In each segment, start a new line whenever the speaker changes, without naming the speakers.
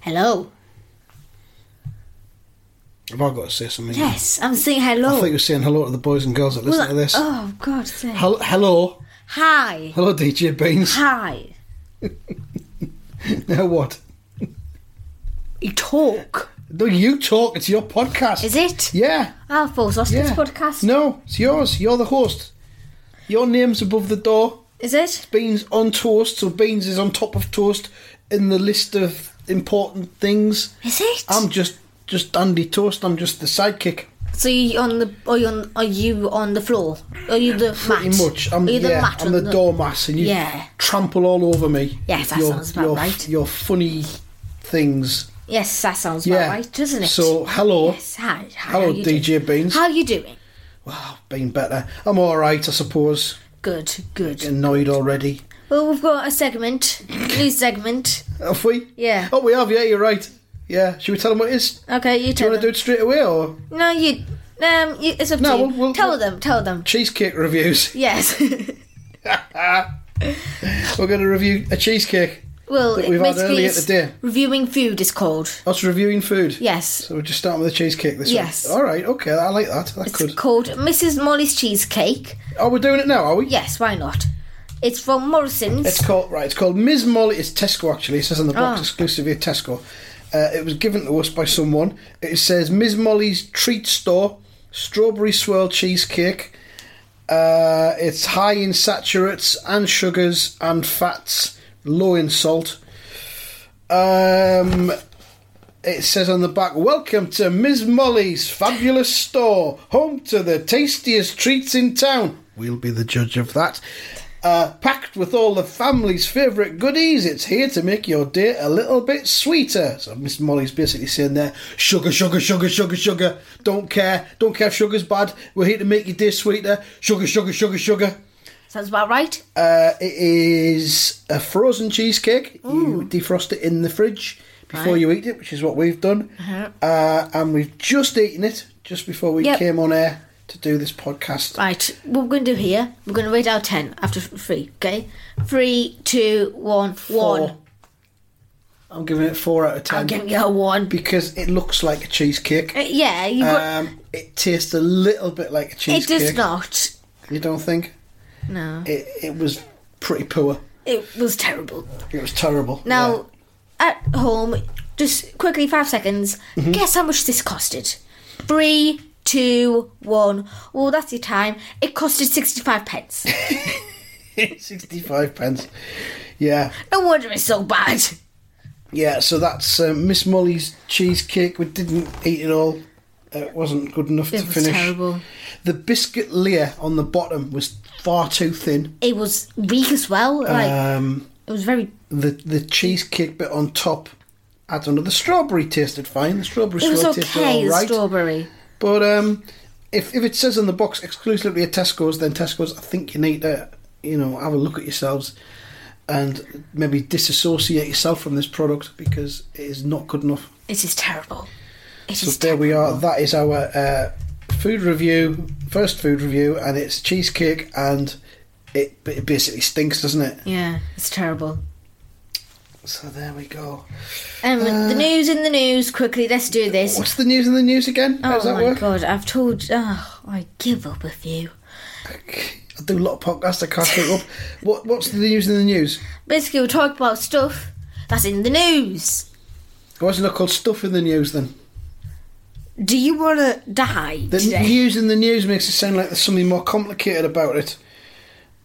Hello.
Have I got to say something?
Yes, I'm saying
I
hello.
thought you were saying hello to the boys and girls that listen
Well,
to this.
Oh God! Sake.
Hel- hello.
Hi.
Hello, DJ Beans.
Hi.
now what?
You talk.
No, you talk. It's your podcast.
Is it?
Yeah.
Our Force Austin's
yeah.
podcast.
No, it's yours. You're the host. Your name's above the door.
Is it?
Beans on toast, so Beans is on top of toast in the list of important things.
Is it?
I'm just just Andy Toast. I'm just the sidekick.
so you on the are you on are you on the floor? Are you the
Pretty
mat?
much. I'm
are you the
yeah,
mat
I'm
on
the doormat, and you
Yeah.
trample all over me.
Yes, that
your,
sounds about
your,
right.
Your funny things.
Yes, that sounds
Yeah.
about right, doesn't it?
So hello.
yes, hi. hi
Hello,
how you
DJ
doing?
Beans.
How you doing?
Wow, been better. I'm all right, I suppose.
Good, good.
Annoyed already.
Well, we've got a segment, new segment.
Have we?
Yeah.
Oh, we have. Yeah, you're right. Yeah. Should we tell them what it is?
Okay, you
Oh, Do you
tell
want to do
them.
it straight away or
No, you. Um, you, it's up
No,
to you.
we'll- we'll-
tell
we'll-
them, tell them.
cheesecake reviews?
Yes.
We're going to review a cheesecake.
well,
That we've
it
had
basically
earlier
it's
today.
reviewing food is called.
Us reviewing food.
Yes.
So we're just starting with a cheesecake this
Yes.
week. All right. Okay. I like that. That
It's
could.
called Mrs. Molly's Cheesecake.
Oh, we're doing it now, are we?
Yes, why not? It's from Morrison's.
It's called right. It's called Ms. Molly. It's Tesco actually. It says on the box
Ah.
exclusively at Tesco. Uh, it was given to us by someone. It says Ms. Molly's Treat Store Strawberry Swirl Cheesecake. Uh, it's high in saturates and sugars and fats, low in salt. Um, it says on the back, Welcome to Ms. Molly's fabulous store, home to the tastiest treats in town. We'll be the judge of that. Uh, packed with all the family's favourite goodies, it's here to make your day a little bit sweeter. So Miss Molly's basically saying there, sugar, sugar, sugar, sugar, sugar. Don't care, don't care if sugar's bad. We're here to make your day sweeter. Sugar, sugar, sugar, sugar.
Sounds about right.
Uh, it is a frozen cheesecake. You defrost it in the fridge before
Right. Uh-huh.
you eat it, which is what we've done. uh and we've just eaten it just before we
Yep.
came on air to do this podcast.
Right, what we're going to do here, we're going to rate out 10 after three, okay? Three, two, one, one.
Four. I'm giving it four out of 10
I'm giving you a one.
because it looks like a cheesecake.
Uh, yeah, you got.
Um, it tastes a little bit like a
it
cheesecake.
does not.
You don't think?
No.
It, it was pretty poor.
It was terrible.
It was terrible.
Now, at home, just quickly, five seconds.
Mm-hmm.
Guess how much this costed? Three, two, one. Well, that's your time. It costed 65 pence.
Yeah. 65 pence. Yeah.
no wonder it's so bad.
Yeah, so that's uh, Miss Molly's cheesecake. We didn't eat it all. Uh, It wasn't good enough
It
to
was
finish.
terrible.
The biscuit layer on the bottom was far too thin.
It was weak as well. Like,
Um,
it was very.
the the cheesecake bit on top, I don't know. The strawberry tasted fine. The strawberry
It was
swirl tasted
okay,
all
the
right.
strawberry.
but um, if if it says on the box exclusively at Tesco's, then Tesco's. I think you need to you know have a look at yourselves. And maybe disassociate yourself from this product because it is not good enough.
It is terrible. It is
So there we are. That is our uh, food review, first food review, and it's cheesecake, and it, it basically stinks, doesn't it?
Yeah, it's terrible.
So there we go.
Um,
Uh.
the news in the news. Quickly, let's do this.
What's the news in the news again? How
Oh
does that
my
work?
god, I've told. Oh, I give up with you.
I do a lot of podcasts. I can't keep up. What What's the news in the news?
Basically, we talk about stuff that's in the news.
Why isn't it called stuff in the news then?
Do you want to die
The
today?
news in the news makes it sound like there's something more complicated about it,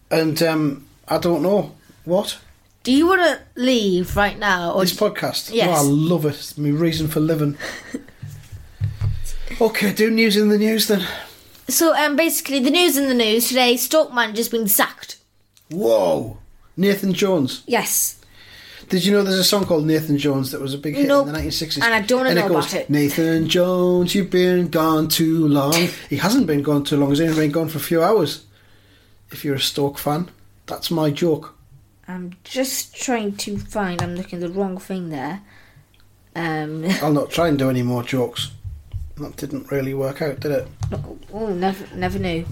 and um, I don't know what
Do you want to leave right now? Or
this podcast.
Yes.
Oh, I love it. It's my reason for living. okay, do news in the news then.
so, um, basically, the news in the news today: Stoke manager's been sacked.
Whoa, Nathan Jones.
Yes,
Did you know there's a song called Nathan Jones that was a big hit
Nope.
in the 1960s?
And I don't wanna
And
know
goes,
about it.
Nathan Jones, you've been gone too long. he hasn't been gone too long. He's only been gone for a few hours. If you're a Stoke fan, that's my joke.
I'm just trying to find. I'm looking at the wrong thing there. Um,
I'll not try and do any more jokes. That didn't really work out, did it?
oh, never, never knew.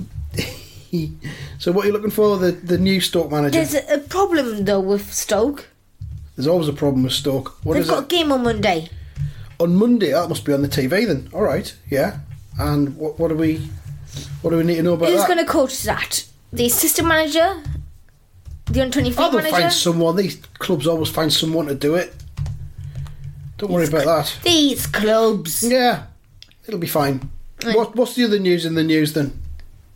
So what are you looking for? The the new Stoke manager.
There's a, a problem though with Stoke.
There's always a problem with Stoke. What
They've
is
got
it?
a game on Monday.
On Monday, that must be on the TV then. All right, yeah. And what, what do we, what do we need to know about
Who's
that?
going to coach that? The assistant manager? The under 23
Oh, they'll
manager?
find someone. These clubs always find someone to do it. Don't worry about that.
These clubs.
Yeah, it'll be fine.
Right.
What, what's the other news in the news then?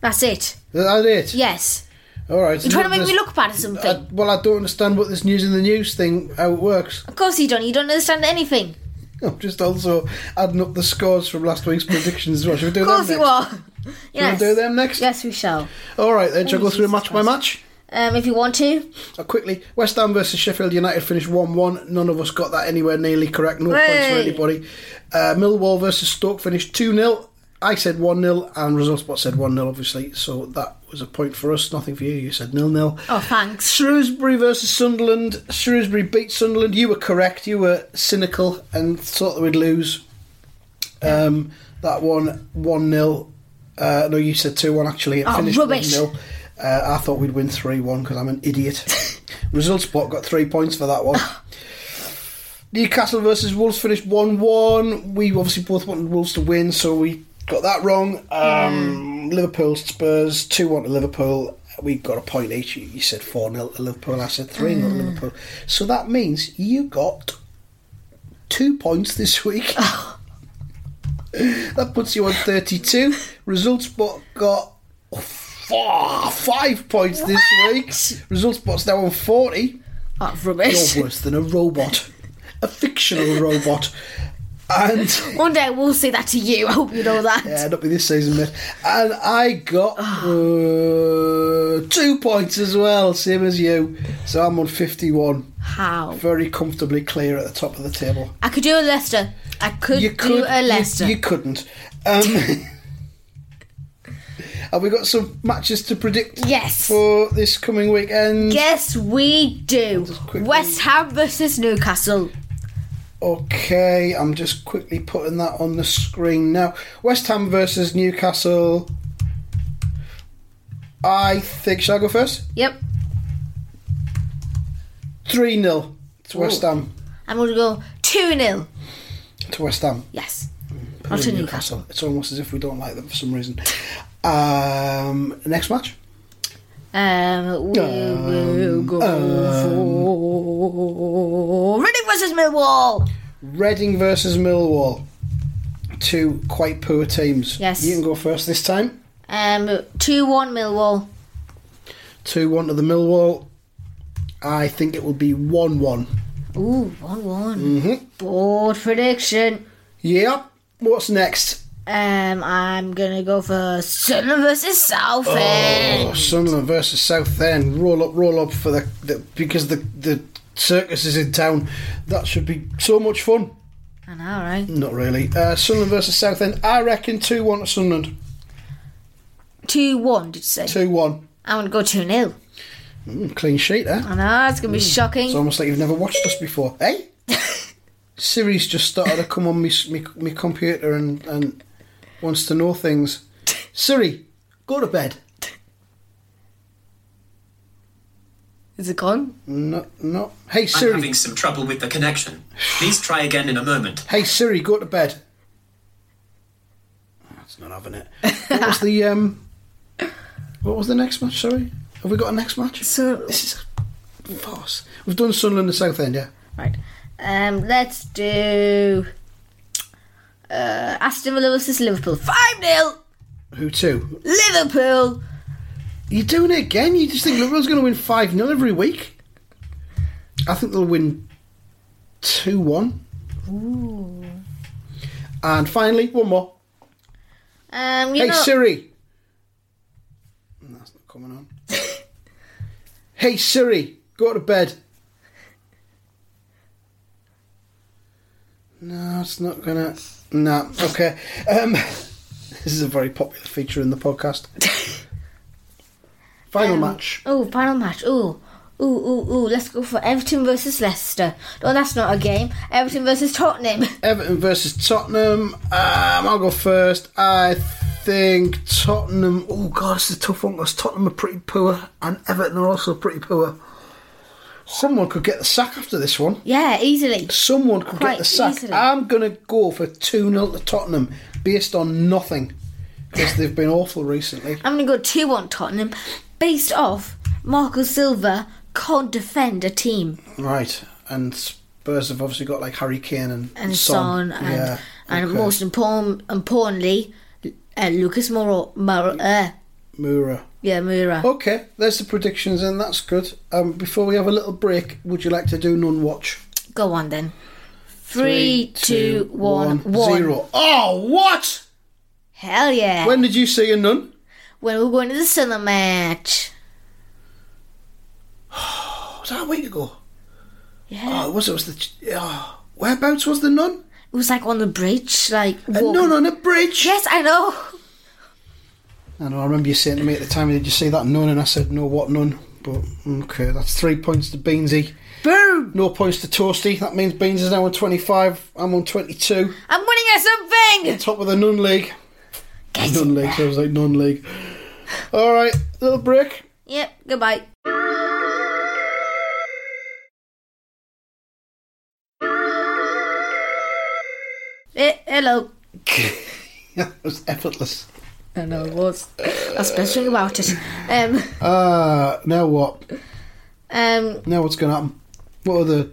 That's it.
Is that it?
Yes.
All right.
You're trying to make me look bad or something.
I, well, I don't understand what this news in the news thing how it works.
of course you don't. You don't understand anything.
I'm just also adding up the scores from last week's predictions. as well. Should we do
Of course
them
you
next?
are. Yes.
Should we do them next?
Yes, we shall.
All right then.
Oh,
Shall I go through match by match?
Um, if you want to.
Uh, quickly, West Ham versus Sheffield United finished 1 1. None of us got that anywhere nearly correct. No points for
Hey.
anybody. Uh, Millwall versus Stoke finished 2 0. I said 1 0, and ResultSpot said 1 0, obviously. So that was a point for us. Nothing for you. You said 0 0.
Oh, thanks.
Shrewsbury versus Sunderland. Shrewsbury beat Sunderland. You were correct. You were cynical and thought that we'd lose. Um, that one, 1 0. Uh, no, you said 2 1 actually. It
Oh,
finished
rubbish.
1 0. Uh, I thought we'd win 3 1 because I'm an idiot. Result spot got three points for that one. Newcastle versus Wolves finished 1 1. We obviously both wanted Wolves to win, so we got that wrong. Um, Liverpool Spurs 2 1 to Liverpool. We got a point each. You- You said 4 0 to Liverpool, I said 3 0 to
Mm.
Liverpool. So that means you got two points this week. that puts you on 32. Results bot got four, five points this week. Results bot's now on 40. Ah,
Oh, rubbish.
You're worse than a robot, a fictional robot. And
One day we'll say that to you. I hope you know that.
yeah, not be this season, mate. And I got uh, two points as well, same as you. So I'm on 51,
How?
very comfortably clear at the top of the table.
I could do a Leicester. I could,
You
do
could,
a
you-
Leicester.
You, couldn't. Um, have we got some matches to predict
yes.
for this coming weekend?
Yes, we do.
quickly-
West Ham versus Newcastle.
Okay, I'm just quickly putting that on the screen now. West Ham versus Newcastle. I think, shall I go first?
Yep.
3 0 to West Ham.
I'm going to go 2 0.
To West Ham.
Yes.
Poo,
Or to Newcastle.
It's almost as if we don't like them for some reason. Um, next match?
Um, we
Um,
will go for Reading versus Millwall.
Reading versus Millwall. Two quite poor teams.
Yes.
You can go first this time.
Um, 2 1 Millwall.
2 1 to the Millwall. I think it will be 1 1.
Ooh, 1 1.
Mm-hmm.
Board prediction.
Yeah. What's next?
Um, I'm gonna go for Sunderland versus
Oh,
Southend.
Sunderland versus Southend. Roll up, roll up for the, the because the the circus is in town. That should be so much fun. Oh.
I know, right?
Not really. Uh, Sunderland versus Southend. I reckon two one to Sunderland.
Two one, did you say?
Two one.
I'm gonna go two 0
Mm, clean sheet, eh?
I know it's gonna be shocking.
It's almost like you've never watched us before, eh? Siri's just started to come on me s- me, me computer and and wants to know things. Siri, go to bed.
Is it gone?
No, no. Hey
I'm
Siri.
having some trouble with the connection. Please try again in a moment.
Hey Siri, go to bed. That's not having it. What was the um? What was the next match? Sorry, have we got a next match?
So
This is a farce. We've done Sunderland and South End, yeah.
right. Um, let's do. Uh, Aston Villa versus Liverpool. Five 0
Who too?
Liverpool.
You're doing it again. You just think Liverpool's going to win five 0 every week. I think they'll win two one. And finally, one more.
Um, you
hey
know.
Siri. That's not coming on. hey Siri, go to bed. No, it's not gonna. No, okay. Um, this is a very popular feature in the podcast. Final match.
Oh, final match. Oh. Ooh, ooh, ooh, let's go for Everton versus Leicester. No, that's not a game. Everton versus Tottenham.
Everton versus Tottenham. Um, I'll go first. I think Tottenham. Oh God, it's a tough one because Tottenham are pretty poor, and Everton are also pretty poor. Someone could get the sack after this one.
Yeah, easily.
Someone could
Quite
get the sack.
easily.
I'm going to go for 2 0 to Tottenham based on nothing because they've been awful recently.
I'm going to go 2 1 Tottenham based off Marco Silva can't defend a team.
Right. And Spurs have obviously got like Harry Kane and,
And
Son.
Son, and,
yeah.
and
okay.
most important, importantly, uh, Lucas Moro, Moro, uh,
Moura.
yeah, Moura.
Okay, there's the predictions, and that's good. Um, before we have a little break, would you like to do none watch?
Go on then. Three, two, one, one.
zero. Oh, what?
Hell yeah. When,
When did you see a nun?
we're going to the cinema match.
Was that a week ago?
Yeah.
Oh, it was. It was the. ch- Oh, whereabouts was the nun?
It was like on the bridge, like.
A
walking-
nun on a bridge.
Yes, I know.
I know. I remember you saying to me at the time, "Did you see that nun?" And I said, "No, what nun?" But okay, that's three points to Beansy.
Boom!
No points to Toasty. That means Beans is now on twenty-five. I'm on twenty-two.
I'm winning at something!
Top of the nun league.
Get it.
Nun league. So I was like nun league. All right, little break.
Yep, goodbye. Eh, hello.
that was effortless.
I know it was. That's the best thing about it. Um,
Uh, now what?
um,
Now what's going to happen? What are the.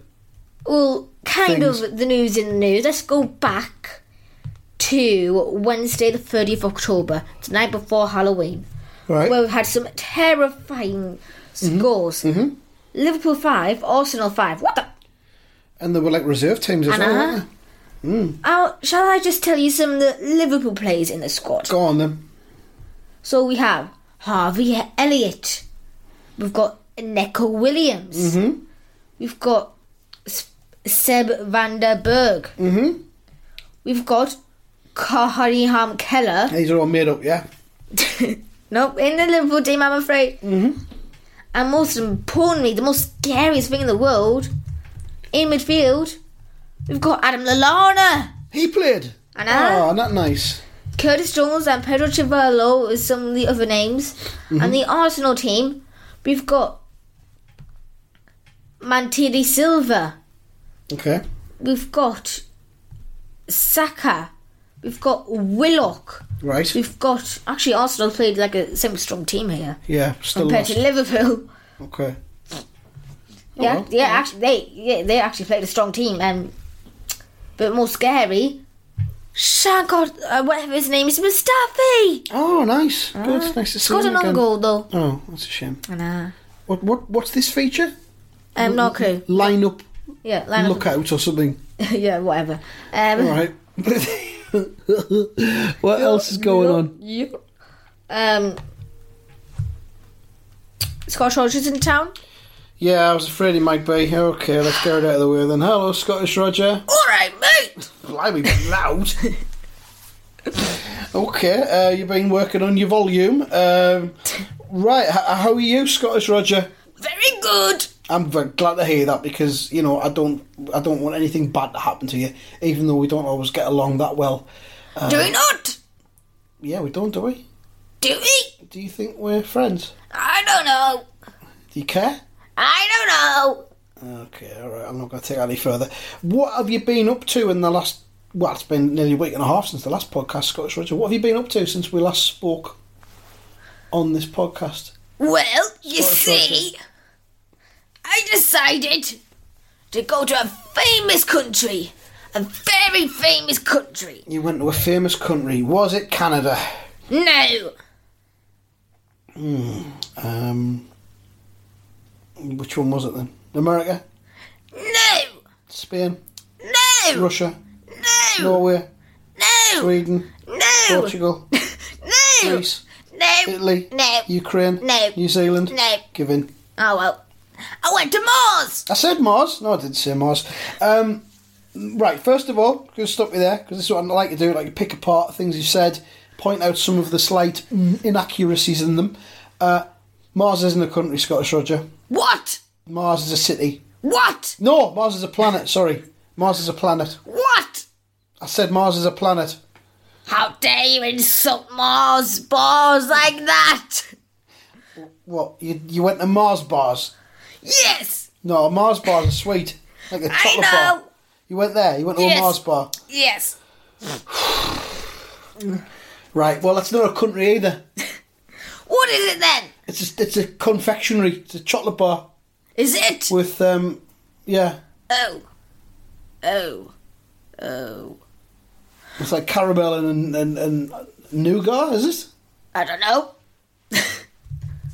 well, kind
Things.
of the news in the news. Let's go back to Wednesday, the 30th of October, the night before Halloween.
Right.
where we've had some terrifying scores. Liverpool five, Arsenal five. What the?
and there were like reserve teams as well,
Uh-huh.
weren't there?
Oh, shall I just tell you some of the Liverpool players in the squad?
Go on then.
So we have Harvey Elliott. We've got Neko Williams. We've got S- Seb van der Berg.
Mm.
Mm-hmm. We've got Kahariham Keller.
These are all made up, yeah?
Nope, in the Liverpool team, I'm afraid. Mm-hmm. And most importantly, the most scariest thing in the world, in midfield, we've got Adam Lallana,
He played.
I know.
Oh, not nice.
Curtis Jones, and Pedro Chivallo is some of the other names.
Mm-hmm.
And the Arsenal team, we've got Mantidi Silva,
Okay.
we've got Saka, we've got Willock,
Right.
we've got actually Arsenal played like a semi-strong team here
Yeah, still
compared
lost.
to Liverpool.
Okay.
Yeah,
well,
yeah, actually, they yeah, they actually played a strong team. Um, but more scary, Shankar, uh, whatever his name is, Mustafi
Oh, nice. Good. Nice to see
Ah. scored
him
an own
again.
goal though.
Oh, that's a shame.
Nah,
What? What? What's this feature?
um, not clue.
Line up,
Yeah, line up.
look out, or something.
yeah, whatever. Um,
All right. what else is going on?
you- Um, Scottish Rogers in town.
Yeah, I was afraid he might be. Okay, let's get it out of the way then. Hello, Scottish Roger.
All right, mate.
Blimey, loud. okay, uh, you've been working on your volume. Um, right, h- how are you, Scottish Roger?
Very good.
I'm very glad to hear that because you know I don't I don't want anything bad to happen to you, even though we don't always get along that well. Uh,
do we not?
Yeah, we don't, do we?
Do we?
Do you think we're friends?
I don't know.
Do you care?
I don't know.
Okay, all right. I'm not going to take that any further. What have you been up to in the last? Well, it's been nearly a week and a half since the last podcast, Scottish Roger. What have you been up to since we last spoke on this podcast?
Well, you
Sorry, sorry,
see, I decided to go to a famous country, a very famous country.
You went to a famous country. Was it Canada?
No,
Um, which one was it then? America,
no,
Spain,
no,
Russia,
no,
Norway,
no,
Sweden,
no,
Portugal,
no,
Greece,
no,
Italy,
No.
Ukraine,
No.
New Zealand.
no.
Give in.
Oh well, I went to Mars.
I said Mars. No, I didn't say Mars. Um, right, first of all, going to stop you there because this is what I like to do. Like pick apart things you said, point out some of the slight inaccuracies in them. Uh, Mars isn't a country, Scottish Roger.
What?
Mars is a city.
What?
No, Mars is a planet. Sorry, Mars is a planet.
What?
I said Mars is a planet.
How dare you insult Mars bars like that?
What you you went to Mars bars?
Yes,
No, Mars bars are sweet. Like a
I
chocolate
know.
bar. You went there. You went to
Yes.
a Mars bar.
Yes.
Right. Well, that's not a country either.
What is it then?
It's a, it's a confectionery. It's a chocolate bar
Is it?
with um, yeah,
Oh. Oh. Oh.
it's like caramel and and and, and nougat. Is it?
I don't know.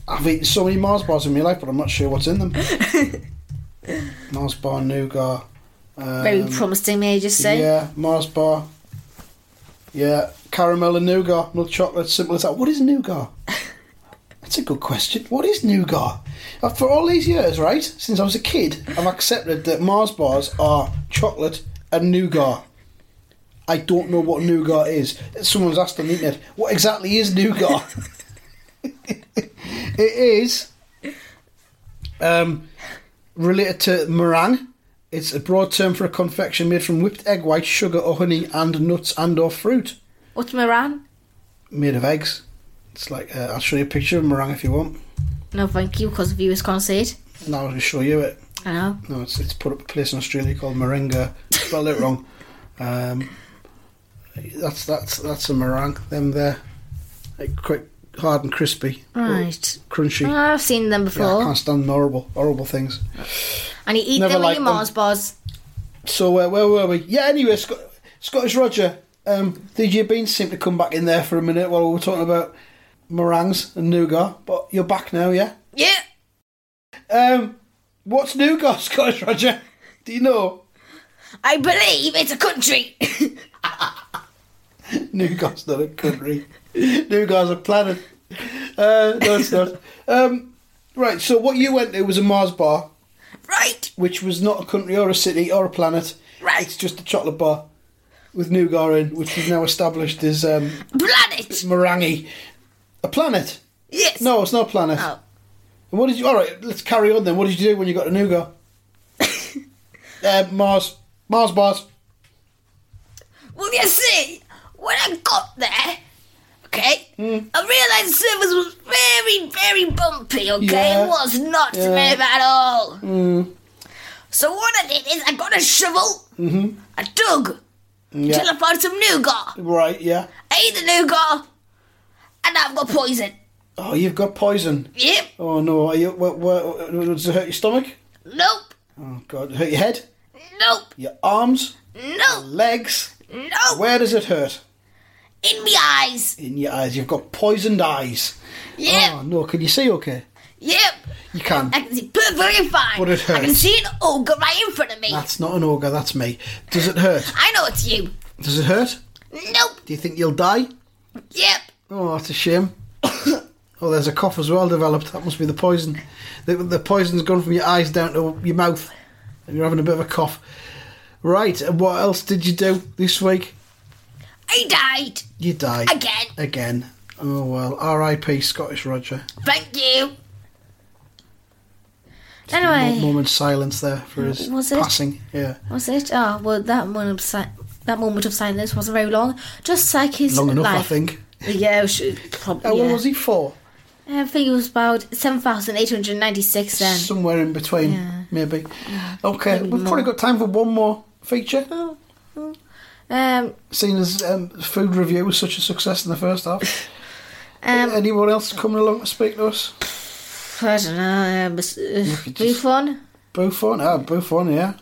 I've eaten so many Mars bars in my life, but I'm not sure what's in them. Mars bar nougat. Um,
Very promising, may I just say?
Yeah, Mars bar. Yeah, caramel and nougat, milk chocolate, simple as that. What is nougat? That's a good question. What is nougat? Uh, For all these years, right, since I was a kid, I've accepted that Mars bars are chocolate and nougat. I don't know what nougat is. Someone's asked on the internet, what exactly is nougat? it is um, related to meringue. It's a broad term for a confection made from whipped egg white, sugar or honey, and nuts and or fruit.
What's Moran?
Made of eggs. It's like, uh, I'll show you a picture of meringue if you want.
No, thank you, because viewers can't see it.
Now I'll just show you it.
I know.
No, it's, it's put up a place in Australia called Moringa. Spelled it wrong. Um, that's that's that's a meringue. Them there, like, quite hard and crispy,
Right.
crunchy.
Oh, I've seen them
Yeah, I
before.
can't stand horrible horrible things.
and you eat
Never
them with
liked
your
them.
Mars bars.
So uh, where were we? Yeah. Anyway, Sc- Scottish Roger. Um, DJ Bean seemed to come back in there for a minute while we were talking about meringues and nougat, but you're back now, yeah.
Yeah.
Um, what's nougat, Scottish Roger? Do you know
I believe it's a country.
nougat's not a country? nougat's a planet. Uh, no, it's not. Um, right. So what you went to was a Mars bar,
right.
which was not a country or a city or a planet.
Right.
It's just a chocolate bar with nougat in, which we've now established is um,
Planet.
meringue. A planet.
Yes.
No, it's not a planet.
Oh.
And what did you? All right, let's carry on then. What did you do when you got to Nougat? uh, Mars, Mars bars.
Well, you see, when I got there, okay,
Hmm.
I realised the surface was very, very bumpy, okay?
Yeah.
It was not
Yeah. Hmm.
smooth at all. So what I did is I got a shovel, I dug
Mm-hmm. Yeah.
till I found some nougat.
Right. Yeah.
I ate the nougat, and I've got poison.
Oh, you've got poison.
Yep,
Oh no. Are you? What, what, does it hurt your stomach?
nope,
Oh God. Hurt your head?
nope,
Your arms?
nope,
Legs?
nope,
Where does it hurt?
in my eyes.
In your eyes. You've got poisoned eyes.
Yep,
Oh no. Can you see? Okay.
yep.
You can.
I can see perfectly fine.
But it Ah.
I can
hurts.
see an ogre right in front of me.
That's not an ogre. That's me. Does it hurt?
I know it's you.
Does it hurt?
Nope.
Do you think you'll die?
Yep.
Oh, that's a shame. oh, there's a cough as well developed. That must be the poison. The, the poison's gone from your eyes down to your mouth, and you're having a bit of a cough. Right, and what else did you do this week?
I died.
You died.
Again.
Again. Oh, well. R.I.P. Scottish Roger.
Thank you.
Mo-
Anyway,
Moment's silence there for his
Mm, Was it?
passing. Yeah.
was it? Oh, well, that moment of si- that moment of silence wasn't very long. Just like his
Long enough,
life.
I think.
Yeah, it should, probably.
How
yeah. Uh,
old was he? Four?
I think it was about seven thousand eight hundred ninety-six. Then.
Somewhere in between,
Yeah.
maybe. Okay,
Maybe
we've
more.
probably got time for one more feature.
um.
Seeing as um, food review was such a success in the first half.
Um.
Anyone else coming along to speak to us?
I don't know. Um, s- uh, Buffon.
Buffon? Ah, Buffon, yeah.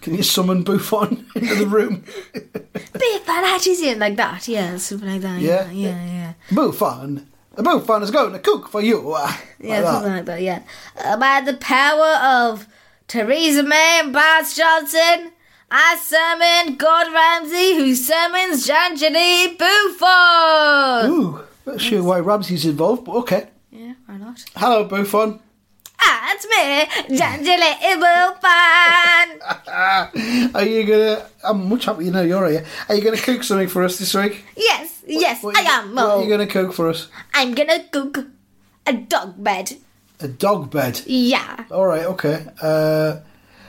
Can you summon Buffon into the room?
Buffon hatches in like that. Yeah, something like that.
Yeah.
Yeah. Yeah. Yeah.
Buffon! The Buffon is going to cook for you! Ah,
Yeah,
like that.
something like that. Yeah. Uh, by the power of Theresa May and Boris Johnson, I summon Gordon Ramsay, who summons Jean-Jenny Buffon.
Ooh, not sure why Ramsey's involved, but okay.
Yeah, why not?
Hello, Buffon.
Ah, it's me, Jean-Jenny Buffon.
Are you gonna? I'm much happier now you're here. Are you gonna cook something for us this week?
yes, yes,
What are
I
you-
am.
What are
Mo.
you gonna cook for us?
I'm gonna cook a dog bed.
A dog bed.
Yeah.
All right, okay. Uh,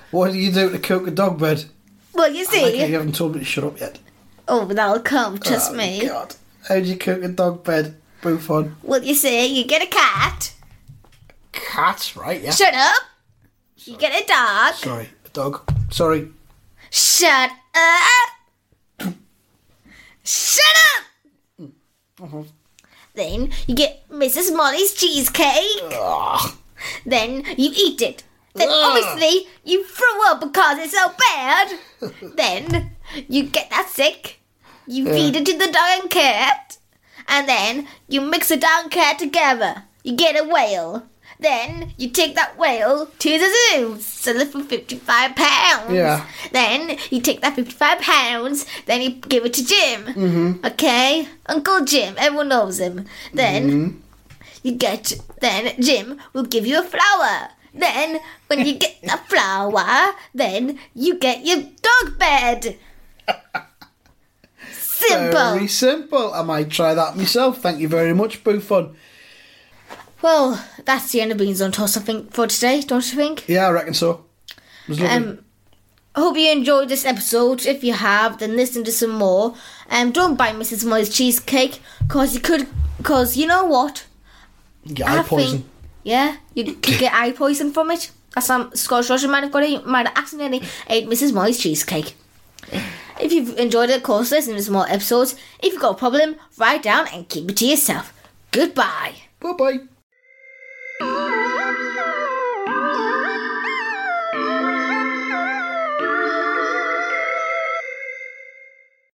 what do you do to cook a dog bed?
Well, you
Okay,
see.
you haven't told me to shut up yet.
Oh, that'll come. Trust
Oh,
me.
God, how do you cook a dog bed, Buffon?
Well, you see, you get a cat.
Cats, right? Yeah.
Shut up. You get a dog.
Sorry, dog. Sorry.
Shut up! Shut up! Then you get Mrs. Molly's cheesecake.
Ugh.
Then you eat it. Then
Ugh.
obviously you throw up because it's so bad. then you get that sick. You feed it to the dog and cat. And then you mix the dog and cat together. You get a whale. Then you take that whale to the zoo, sell it for fifty-five pounds.
Yeah.
Then you take that fifty-five pounds. Then you give it to Jim. Mm-hmm. Okay, Uncle Jim. Everyone knows him. Then you get then Jim will give you a flower. Then when you get the flower, then you get your dog bed. Simple.
Very simple. I might try that myself. Thank you very much, Buffon.
Well, that's the end of beans on toast. I think for today, don't you think?
Yeah, I reckon so. It was lovely.
Um, hope you enjoyed this episode. If you have, then listen to some more. Um, don't buy Mrs. Molly's cheesecake, cause you could, cause you know what?
Get
I
eye
think-
poison.
yeah, you could get eye poison from it. As some Scottish Russian might have got it, you might have accidentally ate Mrs. Molly's cheesecake. If you've enjoyed it, of course, listen to some more episodes. If you've got a problem, write down and keep it to yourself. Goodbye.
Bye bye.